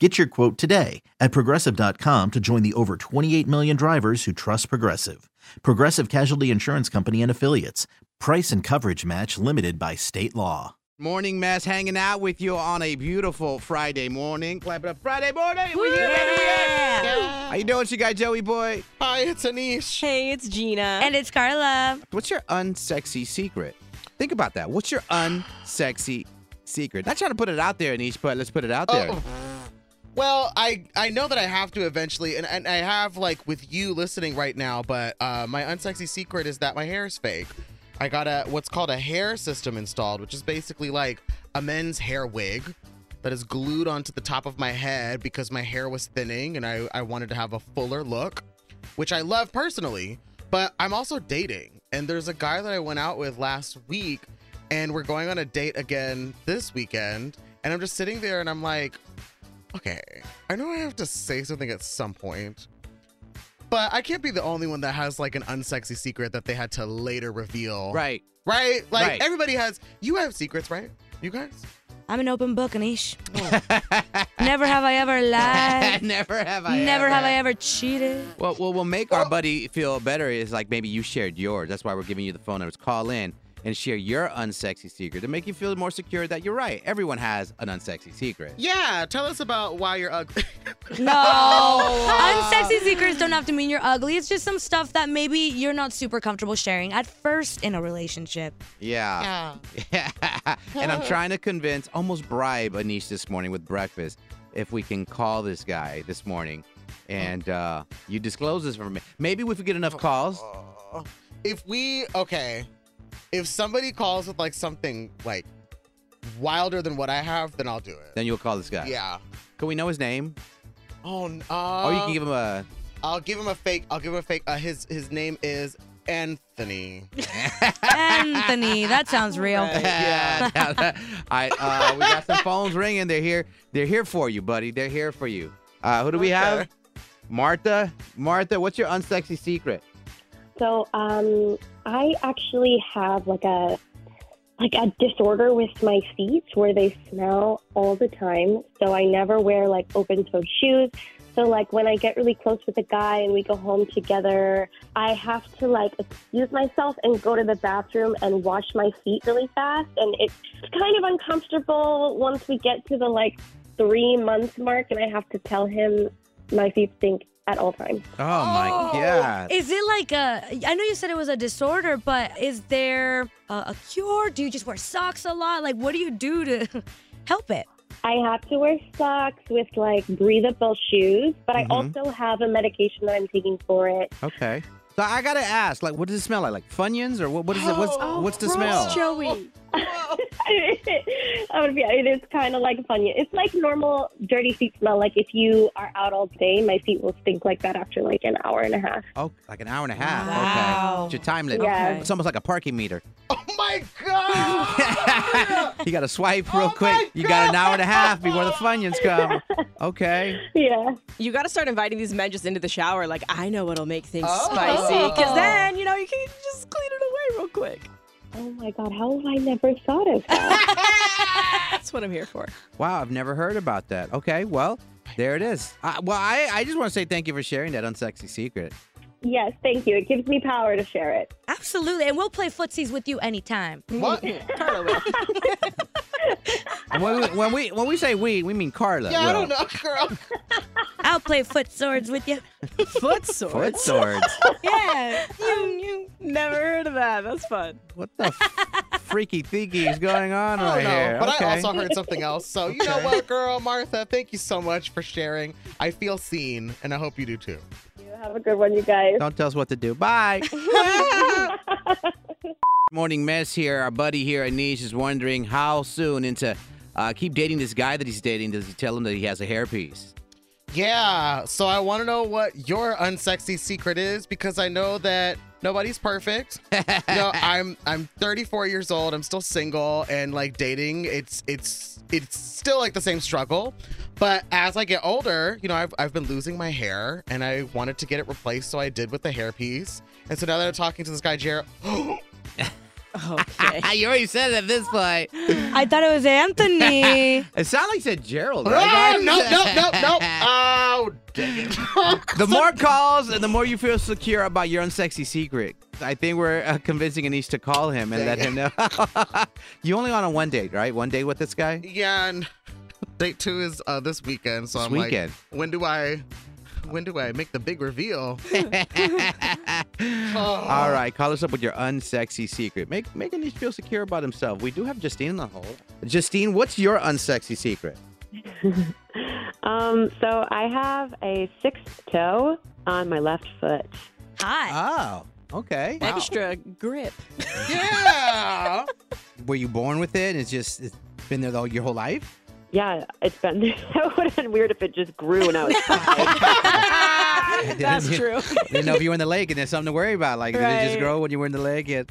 Get your quote today at progressive.com to join the over 28 million drivers who trust Progressive. Progressive Casualty Insurance Company and Affiliates. Price and coverage match limited by state law. Morning mess hanging out with you on a beautiful Friday morning. Clap it up. Friday morning. We here, baby, we here. How you doing, you guy Joey boy? Hi, it's Anish. Hey, it's Gina. And it's Carla. What's your unsexy secret? Think about that. What's your unsexy secret? Not trying to put it out there, Anish, but let's put it out there. Well, I I know that I have to eventually, and, and I have like with you listening right now. But uh, my unsexy secret is that my hair is fake. I got a what's called a hair system installed, which is basically like a men's hair wig that is glued onto the top of my head because my hair was thinning and I, I wanted to have a fuller look, which I love personally. But I'm also dating, and there's a guy that I went out with last week, and we're going on a date again this weekend. And I'm just sitting there and I'm like, okay, I know I have to say something at some point, but I can't be the only one that has like an unsexy secret that they had to later reveal. Right. Right? Like Right. everybody has, you have secrets, right? You guys? I'm an open book, Anish. Never have I ever lied. Never have I. Never ever. Oh. have I ever cheated. Well, what will make our buddy feel better is like maybe you shared yours. That's why we're giving you the phone numbers. Call in and share your unsexy secret to make you feel more secure that you're right. Everyone has an unsexy secret. Yeah, tell us about why you're ugly. No. Unsexy secrets don't have to mean you're ugly. It's just some stuff that maybe you're not super comfortable sharing at first in a relationship. Uh, Yeah. yeah. and I'm trying to convince, almost bribe Anish this morning with breakfast if we can call this guy this morning and uh, you disclose this for me. Maybe if we get enough calls. Oh. If we, okay, if somebody calls with like something like wilder than what I have, then I'll do it. Then you'll call this guy. Yeah. Can we know his name? Oh, no. or you can give him a. I'll give him a fake. I'll give him a fake. Uh, his his name is Anthony. Anthony, that sounds real. yeah. All right. Uh, we got some phones ringing. They're here. They're here for you, buddy. They're here for you. Uh, who do we have? Martha. Martha, what's your unsexy secret? So um, I actually have like a like a disorder with my feet where they smell all the time. So I never wear like open toed shoes. So like when I get really close with a guy and we go home together, I have to like excuse myself and go to the bathroom and wash my feet really fast and it's kind of uncomfortable once we get to the like 3 month mark and I have to tell him my feet stink at all times. Oh, my God. Is it like a? I know you said it was a disorder, but is there a, a cure? Do you just wear socks a lot? Like, what do you do to help it? I have to wear socks with like breathable shoes, but Mhm. I also have a medication that I'm taking for it. Okay. So I gotta ask, like, what does it smell like? Like Funyuns, or what? What is it? What's Oh, what's the smell? Joey. I would be, it is kind of like funny. It's like normal dirty feet smell. Like if you are out all day, my feet will stink like that after like an hour and a half. Oh, like an hour and a half. Okay. Wow. It's your time limit. Yeah. It's almost like a parking meter. Oh my god! you gotta swipe real Oh my quick. You got an hour and a half before the Funyuns come. Okay. Yeah. You got to start inviting these men just into the shower. Like, I know it'll make things Oh. spicy. Because then, you know, you can just clean it away real quick. Oh my God, how have I never thought of that? That's what I'm here for. Wow, I've never heard about that. Okay, well, there it is. Uh, well, I, I just want to say thank you for sharing that unsexy secret. yes, thank you. It gives me power to share it. Absolutely, and we'll play footsies with you anytime. what? Carla will. And when, we, when we when we say we, we mean Carla. Yeah, I Well, don't know, girl. I'll play foot swords with you. Foot swords. Foot swords. Yeah. Never heard of that. That's fun. what the f- freaky thingy is going on I right don't know, here? but okay. I also heard something else. So you know what, girl, Martha, thank you so much for sharing. I feel seen, and I hope you do too. Have a good one, you guys. Don't tell us what to do. Bye. Morning mess here. Our buddy here, Anish, is wondering how soon into uh, keep dating this guy that he's dating. Does he tell him that he has a hairpiece? Yeah, so I want to know what your unsexy secret is because I know that nobody's perfect. you know, I'm I'm 34 years old. I'm still single and like dating. It's it's it's still like the same struggle. But as I get older, you know, I've I've been losing my hair and I wanted to get it replaced, so I did with the hairpiece. And so now that I'm talking to this guy Ah, Jared, Okay. you already said it at this point. I thought it was Anthony. It sounded like you said Gerald. oh, right? no no no no! Oh, dang it! The more calls and the more you feel secure about your unsexy secret. I think we're uh, convincing Anish to call him and let him know. you only on a one date, right? One date with this guy? Yeah, and date two is uh, this weekend. So This I'm weekend. like, when do I, when do I make the big reveal? Oh. All right, call us up with your unsexy secret. Make make Anish feel secure about himself. We do have Justine in the hole. Justine, what's your unsexy secret? Um, so I have a sixth toe on my left foot. Hi. Oh, okay. Extra grip. yeah. Were you born with it? It's just it's been there all your whole life. Yeah, it's been that would have been weird if it just grew when I was five. That's true. Didn't know if you were in the leg and there's something to worry about. Like, did it just Right. grow when you were in the leg? And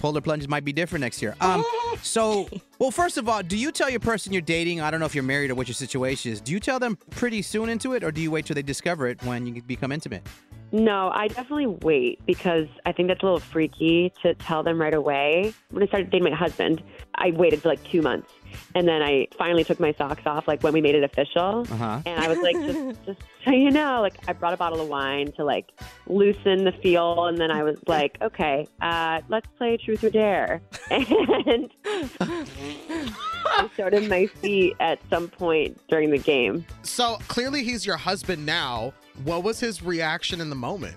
polar plunges might be different next year. Um, so, well, first of all, do you tell your person you're dating? I don't know if you're married or what your situation is. Do you tell them pretty soon into it, or do you wait till they discover it when you become intimate? no, I definitely wait because I think that's a little freaky to tell them right away. When I started dating my husband, I waited for like two months, and then I finally took my socks off, like when we made it official. Uh huh. And I was like, just, just so you know, like I brought a bottle of wine to like loosen the feel. And then I was like, okay, uh, let's play Truth or Dare. And I showed him my feet at some point during the game. So clearly he's your husband now. What was his reaction in the moment?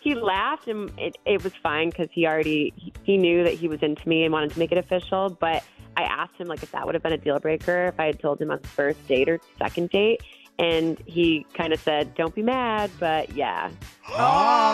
He laughed and it, it was fine because he already, he, he knew that he was into me and wanted to make it official. But I asked him like if that would have been a deal breaker if I had told him on the first date or second date. And he kind of said, don't be mad, but yeah.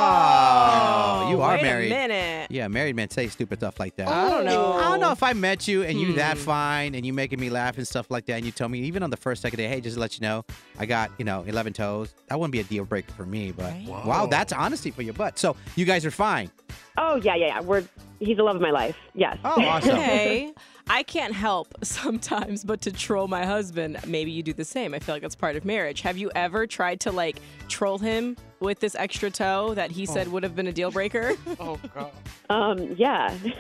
Oh, you are wait married. A minute. Yeah, married men say stupid stuff like that. I don't know. I don't know if I met you and you that Hmm. fine and you making me laugh and stuff like that, and you tell me even on the first second day, hey, just to let you know, I got you know eleven toes. That wouldn't be a deal breaker for me, but Right. wow, that's honesty for your butt. So you guys are fine. Oh yeah, yeah, yeah. We're he's the love of my life. Yes. Oh, awesome. Okay. I can't help sometimes but to troll my husband. Maybe you do the same. I feel like that's part of marriage. Have you ever tried to like troll him with this extra toe that Oh. he said would have been a deal breaker? Oh god. Um, yeah. You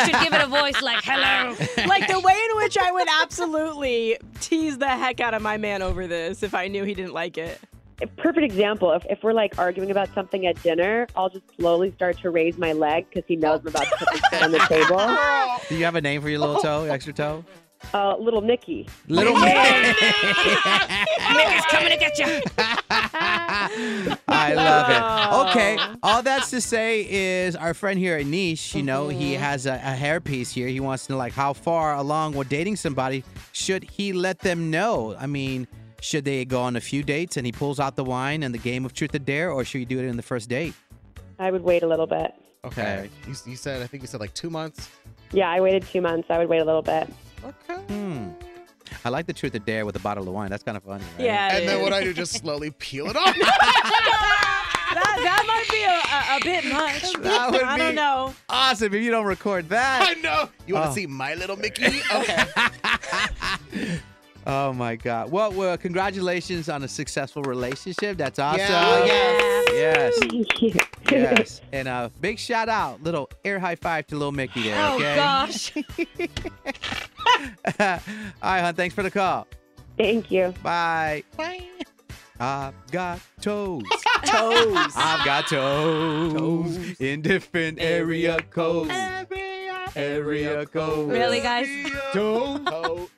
should give it a voice like hello. like the way in which I would absolutely tease the heck out of my man over this if I knew he didn't like it. A Perfect example. If, if we're like arguing about something at dinner, I'll just slowly start to raise my leg because he knows I'm about to put my foot on the table. Do you have a name for your Oh. little toe, extra toe? Uh, little Nicky. Little man. Niggas coming to get you. I love it. Okay, all that's to say is our friend here at Niche, you know, he Mm-hmm. has a, a hairpiece here. He wants to know, like, how far along with dating somebody should he let them know? I mean, should they go on a few dates and he pulls out the wine and the game of truth or dare, or should he do it in the first date? I would wait a little bit. Okay. You, you said I think you said like two months. Yeah, I waited two months. I would wait a little bit. Okay. Hmm. I like the truth or dare with a bottle of wine. That's kind of funny. Right? Yeah. it And then is. what I do? Just slowly peel it off. that, that might be a, a, a bit much. That would I be- don't know. Awesome. If you don't record that. I know. You want to Oh. see my little Mickey? Okay. Oh my God. Well, well, congratulations on a successful relationship. That's awesome. Yeah, yes. Yes. Thank you. Yes. And a big shout out, little air high five to little Mickey there. Oh Okay. gosh. All right, hon. Thanks for the call. Thank you. Bye. Bye. I've got toes. Toes. I've got toes, in different area codes. Area codes. Oh. Really, guys? Toes.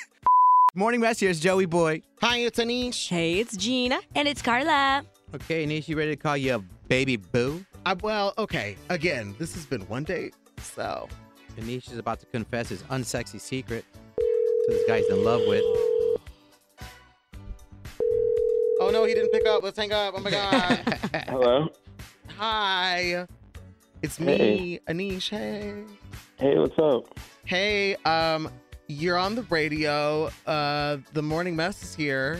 Morning Mess, here's Joey Boy. Hi, it's Anish. Hey, it's Gina. And it's Carla. Okay, Anish, you ready to call you baby boo? I, Uh, well, okay. Again, this has been one date, so Anish is about to confess his unsexy secret to this guy he's in love with. Oh no, he didn't pick up. Let's hang up. Oh my god. Hello. Hi. It's me, Anish. Hey. Hey, what's up? Hey, um, you're on the radio. Uh the morning mess is here.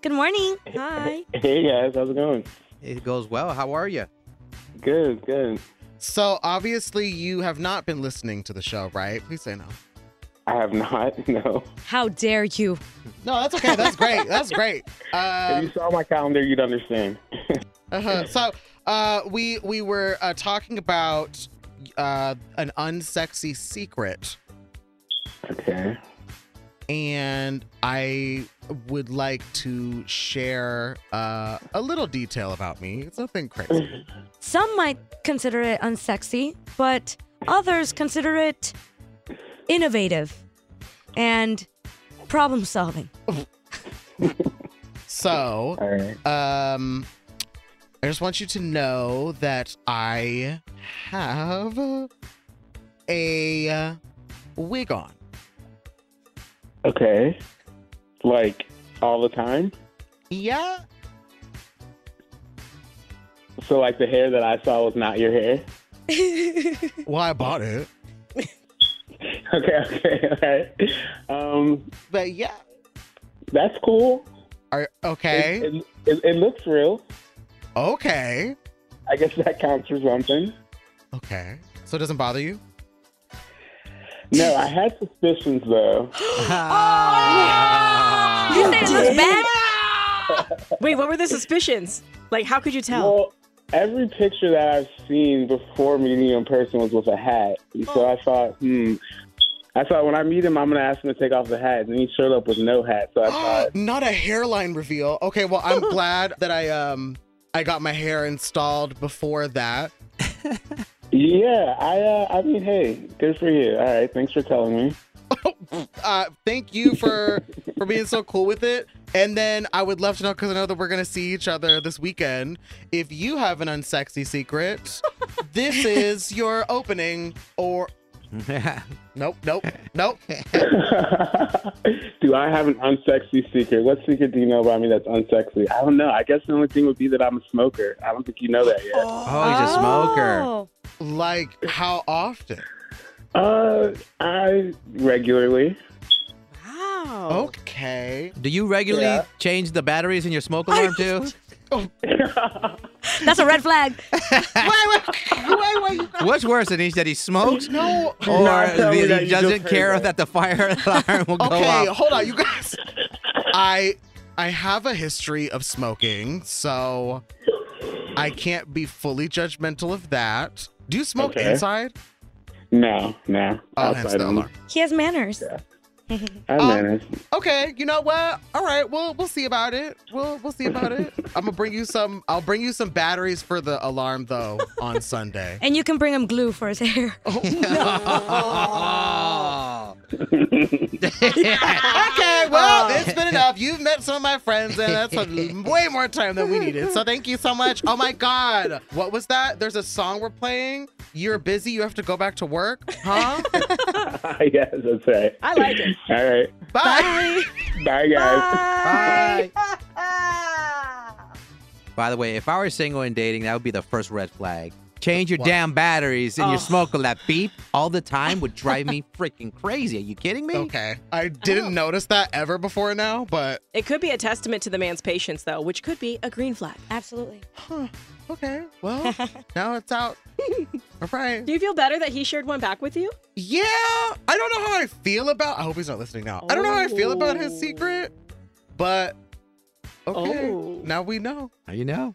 Good morning. Hi. Hey guys, how's it going? It goes well. How are you? Good, good. So obviously you have not been listening to the show, right? Please say no. I have not. No. How dare you? No, that's okay. That's great. That's great. if Um, you saw my calendar, you'd understand. uh-huh. So uh, we we were uh, talking about uh, an unsexy secret, okay. and I would like to share uh, a little detail about me. It's nothing crazy. Some might consider it unsexy, but others consider it innovative and problem solving. So, All right. um, I just want you to know that I have a wig on. Okay. Like all the time. Yeah. So like the hair that I saw was not your hair. Well, I bought it. Okay. Okay. All right. Um, But yeah. that's cool. Are, okay. It, it, it, it looks real. Okay. I guess that counts for something. Okay. So it doesn't bother you? No, I had suspicions though. Oh. You said it looks bad? Wait, what were the suspicions? Like, how could you tell? Well, every picture that I've seen before meeting you in person was with a hat. And so Oh. I thought, hmm. I thought when I meet him, I'm going to ask him to take off the hat. And he showed up with no hat. So I thought, Not a hairline reveal. Okay, well, I'm glad that I um I got my hair installed before that. yeah, I, uh, I mean, hey, good for you. All right, thanks for telling me. Uh thank you for for being so cool with it. And then I would love to know cuz I know that we're going to see each other this weekend. If you have an unsexy secret, this is your opening or nope, nope, nope. do I have an unsexy secret? What secret do you know about me that's unsexy? I don't know. I guess the only thing would be that I'm a smoker. I don't think you know that yet. oh, he's a smoker. Oh. Like how often? Uh, I regularly. Wow. Okay. Do you regularly Yeah. change the batteries in your smoke alarm too? That's a red flag. Why wait, wait, wait, you guys- What's worse, Anish, that he smokes No. or Not tell that me he that you doesn't just heard care that. that the fire alarm will go Okay, off? hold on, you guys. I I have a history of smoking, so I can't be fully judgmental of that. Do you smoke Okay. inside? No, no. Oh, hence Outside the only. alarm. He has manners. I Um, managed. Okay, you know what? All right, we'll we'll see about it. We'll we'll see about it. I'm gonna bring you some. I'll bring you some batteries for the alarm though on Sunday. And you can bring him glue for his hair. Oh, Okay, well, it's been enough. You've met some of my friends, and that's a, way more time than we needed. So thank you so much. Oh my God. What was that? There's a song we're playing. You're busy. You have to go back to work. Huh? yes, that's right. I like it. All right. Bye. Bye, guys. Bye. By the way, if I were single and dating, that would be the first red flag. Change your damn batteries in your Oh. smoker. That beep all the time would drive me freaking crazy. Are you kidding me? Okay. I didn't notice that ever before now, but It could be a testament to the man's patience, though, which could be a green flag. Absolutely. okay. Well, now it's out. All right. Do you feel better that he shared one back with you? Yeah. I don't know how I feel about. I hope he's not listening now. I don't know how I feel about his secret, but okay. Oh. Now we know. Now You know.